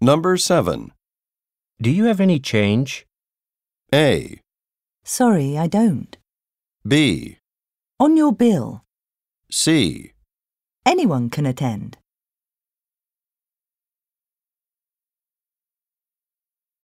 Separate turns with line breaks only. Number 7.
Do you have any change?
A,
Sorry, I don't.
B,
On your bill,
C.
anyone can attend.